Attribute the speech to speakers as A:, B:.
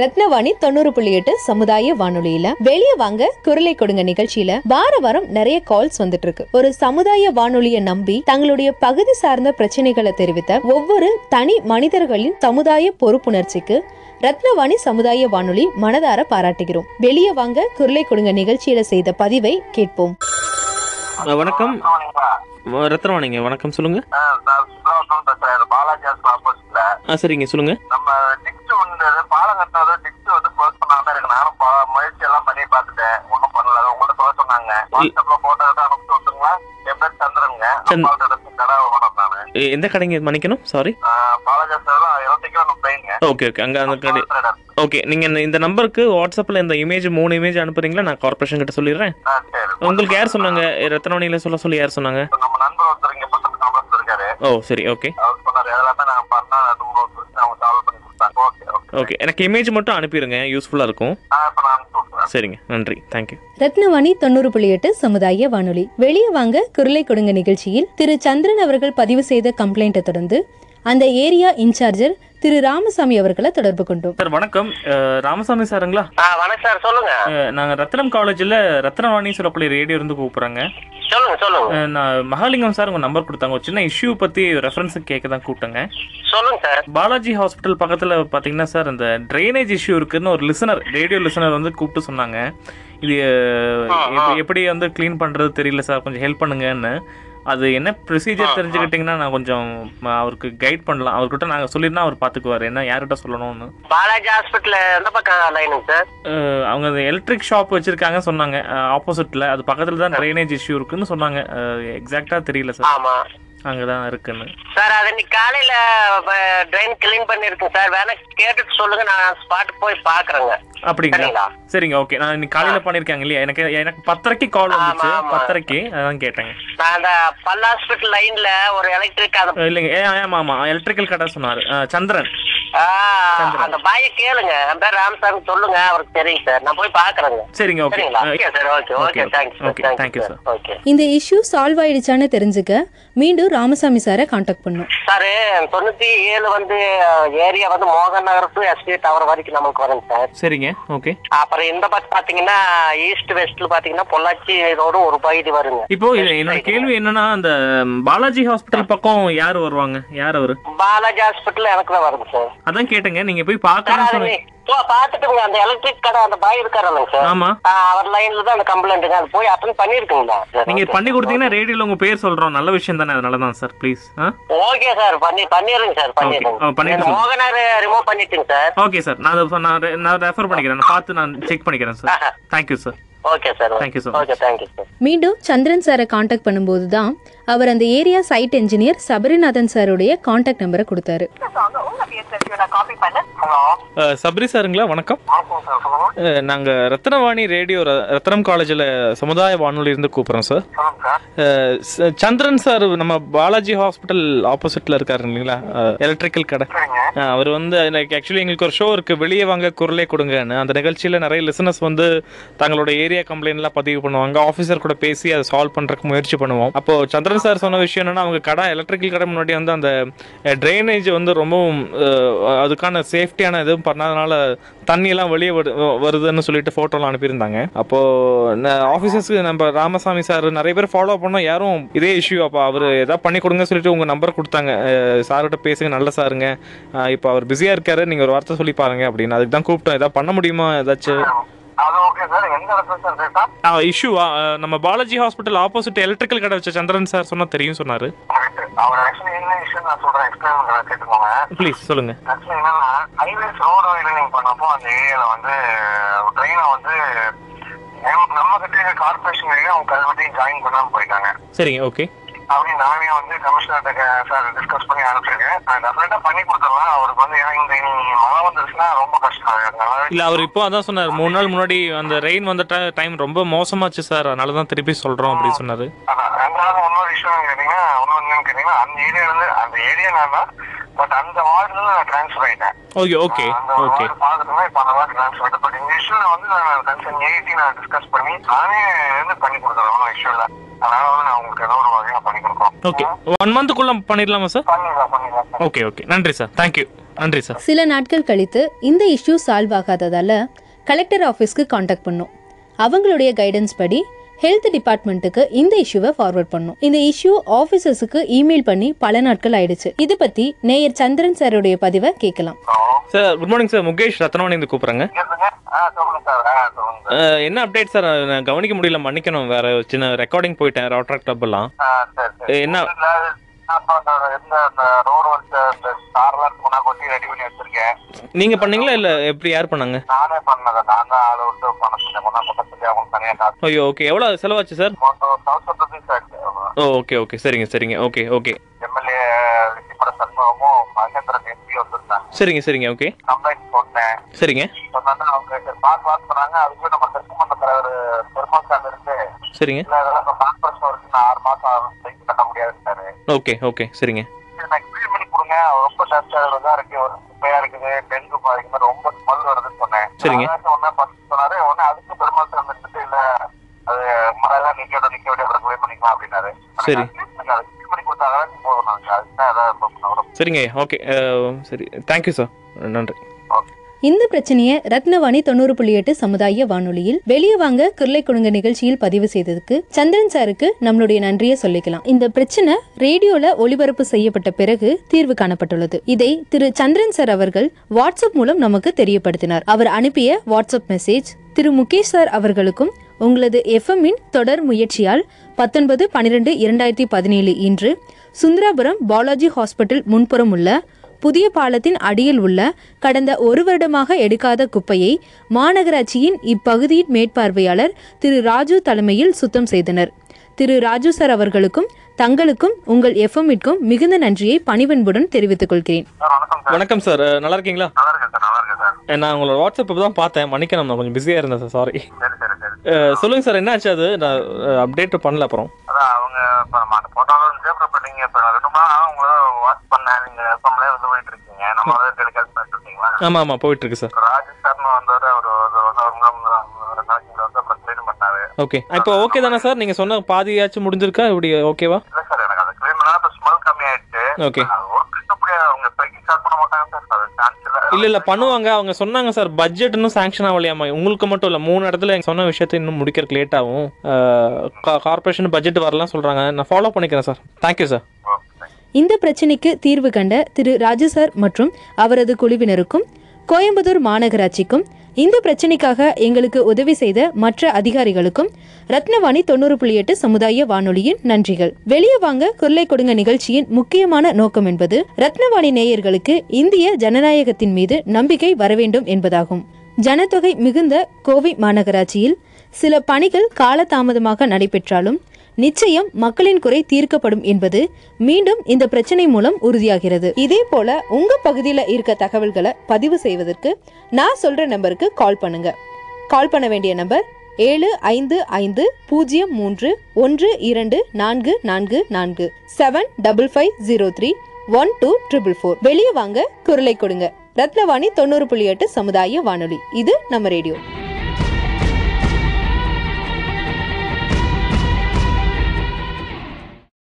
A: ரத்னவாணி தொண்ணூறு புள்ளி எட்டு சமுதாய வானொலியில வெளியே வாங்க குரலை கொடுங்க நிகழ்ச்சியில வார வாரம் நிறைய கால்ஸ் வந்துட்டு இருக்கு ஒரு சமுதாய வானொலியை நம்பி தங்களுடைய பகுதி சார்ந்த பிரச்சனைகளை தெரிவித்த ஒவ்வொரு தனி மனிதர்களின் சமுதாய பொறுப்புணர்ச்சிக்கு ரத்னவாணி சமுதாய வானொலி மனதார பாராட்டுகிறோம் வெளியே வாங்க குரலை கொடுங்க நிகழ்ச்சியில செய்த பதிவை கேட்போம்
B: அஹ் வணக்கம்
C: ஆமாங்கப்பா.
B: வ- ரத்னவாணிங்க வணக்கம் சொல்லுங்க
C: ஆ, நான் சுப்ரமணியம் பேசுறேன். இது பாலாஜி ஹாஸ்பிடல் ஆப்போசிட்ல.
B: ஆ சரிங்க சொல்லுங்க
C: நம்ம டிக்ஸ் வந்து பாலம் கட்டினது டிக்ஸ் வந்து க்ளோஸ் பண்ணாம இருக்கு நானும் பல முயற்சி எல்லாம் பண்ணி பார்த்துட்டேன் ஒன்றும் பண்ணல உங்கள்ட்ட சொல்ல சொன்னாங்க வாட்ஸ்அப்ல போட்டோ எடுத்து அனுப்பிச்சு விட்டுருங்களா என் பேர் சந்திரனுங்க
B: சந்த்.
C: அப்பாவோட எடுத்து கடை ஓனர் நானு
B: எ- எந்த கடைங்க மன்னிக்கணும் சாரி
C: ஆ, பாலாஜி ஹாஸ்பிடல் இருபத்திக்கு ஒன்று போயிங்க
B: ஓகே ஓகே அங்கே அந்த கடை ஓகே நீங்கள் இந்த இந்த நம்பருக்கு வாட்ஸ்அப்பில் இந்த இமேஜ் மூணு இமேஜ் அனுப்புறீங்களா நான் கார்பரேஷன் கிட்ட சொல்லிடுறேன்
C: ஆ சரி
B: உங்களுக்கு யார் சொன்னாங்க எ, ரத்னவாணியில் சொல்ல சொல்லி யார் சொன்னாங்க
C: இப்ப நம்ம நண்பர் ஒருத்தர் இங்க பக்கத்து காம்பஸ் இருக்காரு
B: ஓ சரி ஓகே
C: அவர் சொன்னாரு எல்லாமே நாங்க பண்ணா அவங்க சால்வ் பண்ணி கொடுத்தாங்க ஓகே ஓகே
B: ஓகே எனக்கு இமேஜ் மட்டும் அனுப்பிடுங்க யூஸ்ஃபுல்லாக இருக்கும்
C: ஆ இப்ப நான் அனுப்பிச்சு விட்டுறேன்
B: சரிங்க நன்றி தேங்க்யூ
A: ரத்னவாணி தொண்ணூறு புள்ளி எட்டு சமுதாய வானொலி வெளியே வாங்க குரலை கொடுங்க நிகழ்ச்சியில் திரு சந்திரன் அவர்கள் பதிவு செய்த கம்ப்ளைண்ட்டை தொடர்ந்து அந்த ஏரியா இன்சார்ஜர் திரு ராமசாமி அவர்களை தொடர்பு கொண்டோம்
B: சார் வணக்கம் அஹ், ராமசாமி சாருங்களா
C: ஆ வணக்கம் சார் சொல்லுங்க
B: நாங்கள் ரத்னம் காலேஜில் ரத்னவாணி சொல்லப்பள்ளி ரேடியோ இருந்து கூப்பிட்றாங்க
C: சொல்லுங்க சொல்லுங்க
B: நான் மகாலிங்கம் சார் உங்கள் நம்பர் கொடுத்தாங்க ஒரு சின்ன இஷ்யூ பற்றி ரெஃபரன்ஸுக்கு கேட்க தான் கூப்பிட்டேங்க
C: சொல்லுங்க சார்
B: பாலாஜி ஹாஸ்பிட்டல் பக்கத்தில் பார்த்தீங்கன்னா சார் இந்த ட்ரைனேஜ் இஷ்யூ இருக்குன்னு ஒரு லிசனர் ரேடியோ லிசனர் வந்து கூப்பிட்டு சொன்னாங்க இது அஹ்,
C: ஆ, ஆ.
B: எப்படி- எப்படி வந்து க்ளீன் பண்ணுறது தெரியல சார் கொஞ்சம் ஹெல்ப் பண்ணுங்கன்னு அது என்ன ப்ரொசீஜர் தெரிஞ்சுக்கிட்டிங்கன்னா நான் கொஞ்சம் ம, அவருக்கு கைட் பண்ணலாம் அவர்கிட்ட நாங்கள் சொல்லியிருந்தா அவர் பார்த்துக்குவார் என்ன யார்கிட்ட சொல்லணும்னு
C: பாலாஜி ஹாஸ்பிட்டல் எந்த பக்கம் லைனுங்க சார்
B: அஹ், அவங்க அந்த எலக்ட்ரிக் ஷாப் வச்சுருக்காங்க சொன்னாங்க ஆப்போசிட்டில் அது பக்கத்தில் தான் ட்ரைனேஜ் இஷ்யூ இருக்குன்னு சொன்னாங்க எக்ஸாக்டாக தெரியல சார்
C: ஆமா
B: அங்கே தான் இருக்குன்னு
C: சார் அது இன்னைக்கு காலையில ட்ரெயின் கிளீன் பண்ணிருக்கேன் சார் வேணா கேட்டுட்டு சொல்லுங்க நான் ஸ்பாட் போய் பாக்குறேங்க
B: அப்படிங்களா
C: சரிங்களா
B: சரிங்க ஓகே நான் இன்னைக்கு காலையில பண்ணிருக்காங்க இல்லையா எனக்கு எனக்கு பத்தரைக்கு கால் வந்துச்சு
C: ஆமா.
B: பத்தரைக்கு அதான் கேட்டேங்க
C: நான் அந்த பல் ஹாஸ்பிட்டல் லைன்ல ஒரு எலக்ட்ரிக் அந்த
B: அஹ் இல்லைங்க ஏ ஆமா ஆமா எலக்ட்ரிக்கல் கடை சொன்னாரு அஹ் சந்திரன்
C: ஆ, அந்த பாய கேளுங்க என் பேர் ராமசாமி சொல்லுங்க அவருக்கு தெரியும் சார் நான் போய் பாக்குறேங்க
B: சரிங்க ஓகே
C: சரிங்களா okay sir okay
B: Uh, okay,
C: okay thank you
B: okay, thank you,
C: thank you
B: sir.
C: Sir okay
A: இந்த இஷ்யூ சால்வ் ஆயிடுச்சான்னு தெரிஞ்சுக்க மீண்டும் ராமசாமி சாரை காண்டாக்ட் பண்ணோம்
C: சார் தொண்ணூத்தி ஏழு வந்து ஏரியா வந்து மோகன் நகர் டு எஸ்பி டவர் வரைக்கும் நம்மளுக்கு வருங்க சார்
B: சரிங்க ஓகே
C: அப்புறம் இந்த பக்கம் பாத்தீங்கன்னா ஈஸ்ட் வெஸ்ட்ல பாத்தீங்கன்னா பொள்ளாச்சி ரோடு ஒரு பகுதி வருங்க
B: இப்போ இது என்னோட கேள்வி என்னன்னா அந்த பாலாஜி ஹாஸ்பிட்டல் பக்கம் யார் வருவாங்க யார் அவரு
C: பாலாஜி ஹாஸ்பிட்டல் எனக்கு தான் வருங்க சார்
B: அதான் கேட்டேங்க நீங்க போய்
C: சார்
B: பார்க்கணும்னு
C: அது
B: சொன்னீங்க
C: பாத்துட்டுங்க அந்த எலக்ட்ரிக் கடை அந்த பாய் இருக்காருங்க சார்
B: ஆமா
C: ஆ, அவர் லைன்ல தான் அந்த கம்ப்ளைண்ட்டுங்க அது போய் அட்டன் பண்ணிருக்குங்களா
B: நீங்க பண்ணி கொடுத்தீங்கன்னா ரேடியோல உங்க பேர் சொல்றோம் நல்ல விஷயம் தானே அதனால தான் சார் ப்ளீஸ்
C: ஓகே சார் பண்ணி பண்ணிடுங்க சார்
B: Okay. ஆ, பண்ணிட்டு
C: பண்ணிடுங்க
B: சொல்லுங்க.
C: மோகனார் ரிமூவ் பண்ணிட்டுங்க சார்
B: ஓகே சார் நான் அதை நான் re- நான் ரெஃபர் பண்ணிக்கிறேன் நான் பார்த்து நான் செக் பண்ணிக்கிறேன் sir thank you sir
C: okay sir
B: Thank you so much.
C: Okay thank you sir
A: மீண்டும் சந்திரன் சாரை காண்டாக்ட் பண்ணும்போது தான் அவர் அந்த ஏரியா சைட் இன்ஜினியர் சபரிநாதன் சாருடைய காண்டாக்ட் நம்பரை கொடுத்தாரு
C: ஹலோ
B: சபரி சாருங்களா வணக்கம்
C: வணக்கம் சார் சொல்லுங்க
B: அஹ், நாங்க ரத்னவாணி ரேடியோ ர- ரத்னம் காலேஜில் சமுதாய வானொலி இருந்து கூப்பிட்றோம் சார்
C: சொல்லுங்க சார்
B: அஹ், ச- சந்திரன் சார் நம்ம பாலாஜி ஹாஸ்பிட்டல் ஆப்போசிட்ல இருக்காரு இல்லைங்களா எலக்ட்ரிக்கல் கடை
C: சரிங்க
B: அஹ், அவர் வந்து எனக்கு ஆக்சுவலி எங்களுக்கு ஒரு ஷோ இருக்கு வெளியே வாங்க குரலே கொடுங்கன்னு அந்த நிகழ்ச்சியில் நிறைய லிசனஸ் வந்து தங்களோட ஏரியா கம்ப்ளைண்ட்லாம் பதிவு பண்ணுவாங்க ஆஃபீஸர் கூட பேசி அதை சால்வ் பண்ணுறதுக்கு முயற்சி பண்ணுவோம் அப்போ சந்திரன் சார் சொன்ன விஷயம் என்னன்னா அவங்க கடை எலக்ட்ரிக்கல் கடை முன்னாடி வந்து அந்த ட்ரைனேஜ் வந்து ரொம்பவும் அஹ், அதுக்கான சேஃப்டியான எதுவும் பண்ணாதனால தண்ணியெல்லாம் வெளியே வரு- வ- வருதுன்னு சொல்லிட்டு ஃபோட்டோலாம் அனுப்பியிருந்தாங்க அப்போ ஆஃபீஸர்ஸ்க்கு நம்ம ராமசாமி சார் நிறைய பேர் ஃபாலோ பண்ணோம் யாரும் இதே இஷ்யூ அப்போ அவர் ஏதாவது பண்ணி கொடுங்க சொல்லிட்டு உங்கள் நம்பர் கொடுத்தாங்க அஹ், சார்கிட்ட பேசுங்க நல்ல சாருங்க அஹ், இப்போ அவர் பிஸியாக இருக்காரு நீங்கள் ஒரு வார்த்தை சொல்லி பாருங்க அப்படின்னு அதுக்கு தான் கூப்பிட்டோம் ஏதாவது பண்ண முடியுமா ஏதாச்சும்
C: அது ஓகே சார் எந்த இடத்துல சார் கேட்டா
B: இஷ்யூவா நம்ம பாலாஜி ஹாஸ்பிட்டல் ஆப்போசிட் எலக்ட்ரிக்கல் கடை வச்ச சந்திரன் சார் சொன்னால் தெரியும் சொன்னார்
C: கரெக்ட் அவர் ஆக்சுவலி என்ன இஷ்யூ நான் சொல்றேன் எக்ஸ்பிளைன் பண்ணுறேன் கேட்டுக்கோங்க
B: ப்ளீஸ் சொல்லுங்கள்
C: ஆக்சுவலி என்னன்னா ஹைவேஸ் ரோடு வைடனிங் பண்ணப்போ அந்த ஏரியால வந்து ட்ரெயினை வந்து நம்ம- நம்ம கிட்ட இருக்க கார்பரேஷன் ஏரியா அவங்க கல்வெட்டையும் ஜாயின் பண்ணாம போயிட்டாங்க
B: சரிங்க ஓகே
C: அப்படி நானே வந்து கமிஷனர்கிட்ட சார் டிஸ்கஸ் பண்ணி அனுப்பிச்சிருக்கேன் நான் டெஃபினட்டா பண்ணி கொடுத்துடலாம் அவருக்கு வந்து ஏன்னா இந்த இனி மழை வந்துருச்சுன்னா ரொம்ப கஷ்டம் அதனால
B: இல்ல அவர் இப்போ அதான் சொன்னார் மூணு நாள் முன்னாடி அந்த ரெயின் வந்த டைம் ரொம்ப மோசமாச்சு சார் அதனால தான் திருப்பி சொல்றோம் அப்படின்னு சொன்னாரு
C: அதான். ரெண்டாவது இன்னொரு விஷயம் கேட்டீங்கன்னா இன்னொரு என்னன்னு கேட்டீங்கன்னா அந்த ஏரியால இருந்து அந்த ஏரியா நான் தான் பட் அந்த வார்டுல இருந்து நான் டிரான்ஸ்ஃபர் ஆயிட்டேன்
B: ஓகே ஓகே
C: அந்த
B: ஓகே
C: வார்டு பார்த்துட்டுனா இப்ப அந்த வார்டு டிரான்ஸ்ஃபர் ஆயிட்டேன் பட் இந்த இஷ்யூல வந்து நான் கன்சர்ன் ஏடி நான் டிஸ்கஸ் பண்ணி நானே இருந்து பண்ணி கொடுத்துறேன் ஒன்றும் இஷ்யூ இல்ல அதனால வந்து நான் உங்களுக்கு ஏதோ ஒரு வகையா பண்ணி கொடுக்குறோம்
B: ஓகே ஒன் மந்த்துக்குள்ள பண்ணிடலாமா சார்
C: பண்ணிடலாம் பண்ணிடலாம்
B: ஓகே ஓகே நன்றி சார் தேங்க்யூ நன்றி சார்
A: சில நாட்கள் கழித்து இந்த இஷ்யூ சால்வ் ஆகாததால கலெக்டர் ஆஃபீஸ்க்கு காண்டாக்ட் பண்ணோம் அவங்களுடைய கைடன்ஸ் படி ஹெல்த் டிபார்ட்மெண்ட்டுக்கு இந்த இஷ்யூவை ஃபார்வர்ட் பண்ணோம் இந்த இஷ்யூ ஆஃபீஸர்ஸுக்கு இமெயில் பண்ணி பல நாட்கள் ஆயிடுச்சு இது பத்தி நேயர் சந்திரன் சாருடைய பதிவை கேட்கலாம்
B: sir good morning sir Mukesh ரத்னவாணிந்து கூப்பிட்றேங்க
C: கேட்டுங்க ஆ சொல்லுங்க சார் ஆ சொல்லுங்க sir.
B: என்ன அப்டேட் சார் நான் கவனிக்க முடியல மன்னிக்கணும் வேற சின்ன ரெக்கார்டிங் போயிட்டேன் ராட்ராக் டப்பெல்லாம்
C: ஆ சரி சரி
B: என்ன
C: இல்ல, அப்ப அந்த இந்த அந்த ரோடு வந்து அந்த கார்லாம் இருக்கும்னா கொட்டி ரெடி பண்ணி வச்சிருக்கேன்
B: நீங்க பண்ணீங்களா இல்ல எப்படி யார் பண்ணாங்க
C: நானே பண்ணதை நான் தான் ஆளை விட்டு பண்ண சொன்னேன் கொண்டா கொட்ட சொல்லி அவங்களுக்கு தனியாக காசு
B: ஐயோ ஓகே எவ்வளவு செலவாச்சு சார்
C: ஒரு தௌசண்ட் ருபீஸ் ஆச்சு
B: ஓ ஓகே ஓகே சரிங்க சரிங்க ஓகே ஓகே
C: எம்எல்ஏ விஜயபட சண்முகமும் மகேந்திரன் எம்பி வந்திருந்தாங்க
B: சரிங்க சரிங்க ஓகே
C: கம்ப்ளைண்ட் போட்டேன்
B: சரிங்க
C: சொன்னாங்க அவங்க சரி பார்த்து வாட்ச் பண்ணாங்க அதுக்கு நம்ம சட்டமன்ற தலைவர் பெருமாள் சாமி இருந்து
B: சரிங்க
C: இல்ல இதெல்லாம் இப்போ கான்ஃபரன்ஸ் இருக்கு நான் ஆறு மாசம் ஆகும் சைக்கிள் கட்ட முடியாதுட்டாரு
B: ஓகே ஓகே சரிங்க
C: சரி நான் க்ளீன் பண்ணி கொடுங்க ரொம்ப டஸ்டாக இருக்கு ஒரு குப்பையா இருக்குது டெங்கு பாதிக்கு மாதிரி ரொம்ப ஸ்மெல் வருதுன்னு சொன்னேன்
B: சரிங்க.
C: ஒன்னே பத்து சொன்னாரு உடனே அதுக்கு பெருமாள் சாமி இருந்துட்டு இல்ல அது மழையெல்லாம் நிக்கோட நிக்க வேண்டிய அப்புறம் க்ளீன் பண்ணிக்கலாம் அப்படின்னாரு
B: சரி.
C: அது க்ளீன் பண்ணி கொடுத்தாங்க போதும் நாங்கள் அதுதான் ஏதாவது
B: சரிங்க ஓகே சரி தேங்க்யூ சார் நன்றி
A: இந்த பிரச்சனையை ரத்னவாணி தொண்ணூறு புள்ளி எட்டு சமுதாய வானொலியில் வெளியே வாங்க குரலை கொடுங்க நிகழ்ச்சியில் பதிவு செய்ததுக்கு சந்திரன் சாருக்கு நம்மளுடைய நன்றியை சொல்லிக்கலாம் இந்த பிரச்சனை ரேடியோல ஒளிபரப்பு செய்யப்பட்ட பிறகு தீர்வு காணப்பட்டுள்ளது இதை திரு சந்திரன் சார் அவர்கள் வாட்ஸ்அப் மூலம் நமக்கு தெரியப்படுத்தினார் அவர் அனுப்பிய WhatsApp message Thiru Mukesh sir அவர்களுக்கும் உங்களது எஃப்எம் இன் தொடர் முயற்சியால் பத்தொன்பது பன்னிரெண்டு இரண்டாயிரத்தி பதினேழு இன்று சுந்தராபுரம் பாலாஜி ஹாஸ்பிட்டல் முன்புறம் உள்ள புதிய பாலத்தின் அடியில் உள்ள கடந்த ஒரு வருடமாக எடுக்காத குப்பையை மாநகராட்சியின் இப்பகுதியின் மேற்பார்வையாளர் திரு ராஜு தலைமையில் சுத்தம் செய்தனர் திரு ராஜு சார் அவர்களுக்கும் தங்களுக்கும் உங்கள் எஃப்எம்மிற்கும் மிகுந்த நன்றியை பணிவன்புடன் தெரிவித்துக் கொள்கிறேன்
C: சார் வணக்கம் சார்
B: வணக்கம் சார் நல்லா இருக்கீங்களா
C: நல்லா இருக்கேன் சார் நல்லா இருக்கேன் சார்
B: அஹ், நான் உங்களோட வாட்ஸ்அப் தான் பார்த்தேன் மன்னிக்கணும் நான் கொஞ்சம் பிஸியாக இருந்தேன் சார் சாரி
C: சரி சரி சரி
B: சொல்லுங்க சார் என்னாச்சு அது நான் அப்டேட் பண்ணல அப்புறம்
C: அதான் அவங்க இப்போ நம்ம அந்த போட்டோவில் இருந்து இப்போ நீங்கள் இப்போ ரெண்டு மூணு நாளாக உங்களை வாட்ச் பண்ணேன் நீங்கள் எப்பவுமே இது பண்ணிட்டு இருக்கீங்க நம்ம அதை டெலிகாஸ்ட் பண்ணிட்டு இருக்கீங்களா
B: ஆமாம் ஆமாம் போயிட்டு இருக்கு சார்
C: ராஜு சர்மா வந்தவர் அவர் ஒரு வந்து ஒரு மூணு- மூணு- ரெண்டு நாளைக்கு முன்னாடி வந்து அப்புறம் க்ளீன் பண்ணாரு
B: ஓகே இப்போ ஓகே தானே சார் நீங்கள் சொன்ன பாதியாச்சும் முடிஞ்சிருக்கா இப்படி ஓகேவா
C: இல்லை சார் எனக்கு அதை க்ளீன் பண்ணா இப்போ ஸ்மெல் கம்மியாயிடுச்சு
B: ஓகே
C: ஒர்க் கட்டப்படியா அவங்க பைக்கு ஸ்டார்ட் பண்ண மாட்டாங்க சார் அது சான்ஸ் இல்லை
B: இல்ல இல்ல பண்ணுவாங்க அவங்க சொன்னாங்க சார் பட்ஜெட் இன்னும் சாங்ஷன் ஆகலையாமா உங்களுக்கு மட்டும் இல்ல மூணு இடத்துல எங்க சொன்ன விஷயத்தை இன்னும் முடிக்கிறதுக்கு லேட் ஆகும் கார்பரேஷன் பட்ஜெட் வரலாம் சொல்றாங்க நான் ஃபாலோ பண்ணிக்கிறேன் சார் தேங்க்யூ சார்
A: இந்த பிரச்சினைக்கு தீர்வு கண்ட திரு ராஜு சார் மற்றும் அவரது குழுவினருக்கும் கோயம்புத்தூர் மாநகராட்சிக்கும் இந்த பிரச்சினைக்காக எங்களுக்கு உதவி செய்த மற்ற அதிகாரிகளுக்கும் ரத்னவாணி தொண்ணூறு புள்ளி எட்டு சமுதாய வானொலியின் நன்றிகள் வெளியே வாங்க குரலை கொடுங்க நிகழ்ச்சியின் முக்கியமான நோக்கம் என்பது ரத்னவாணி நேயர்களுக்கு இந்திய ஜனநாயகத்தின் மீது நம்பிக்கை வரவேண்டும் என்பதாகும் ஜனத்தொகை மிகுந்த கோவை மாநகராட்சியில் சில பணிகள் காலதாமதமாக நடைபெற்றாலும் நிச்சயம் மக்களின் குறை தீர்க்கப்படும் என்பது மீண்டும் இந்த பிரச்சனை மூலம் உறுதியாகிறது இதே போல உங்க பகுதியில் இருக்க தகவல்களை பதிவு செய்வதற்கு நான் சொல்ற நம்பருக்கு கால் பண்ணுங்க கால் பண்ண வேண்டிய நம்பர் ஏழு ஐந்து ஐந்து பூஜ்ஜியம் மூன்று ஒன்று இரண்டு நான்கு நான்கு நான்கு seven double five zero three one two triple four வெளியே வாங்க குரலை கொடுங்க ரத்னவாணி தொண்ணூறு புள்ளி எட்டு சமுதாய வானொலி இது நம்ம ரேடியோ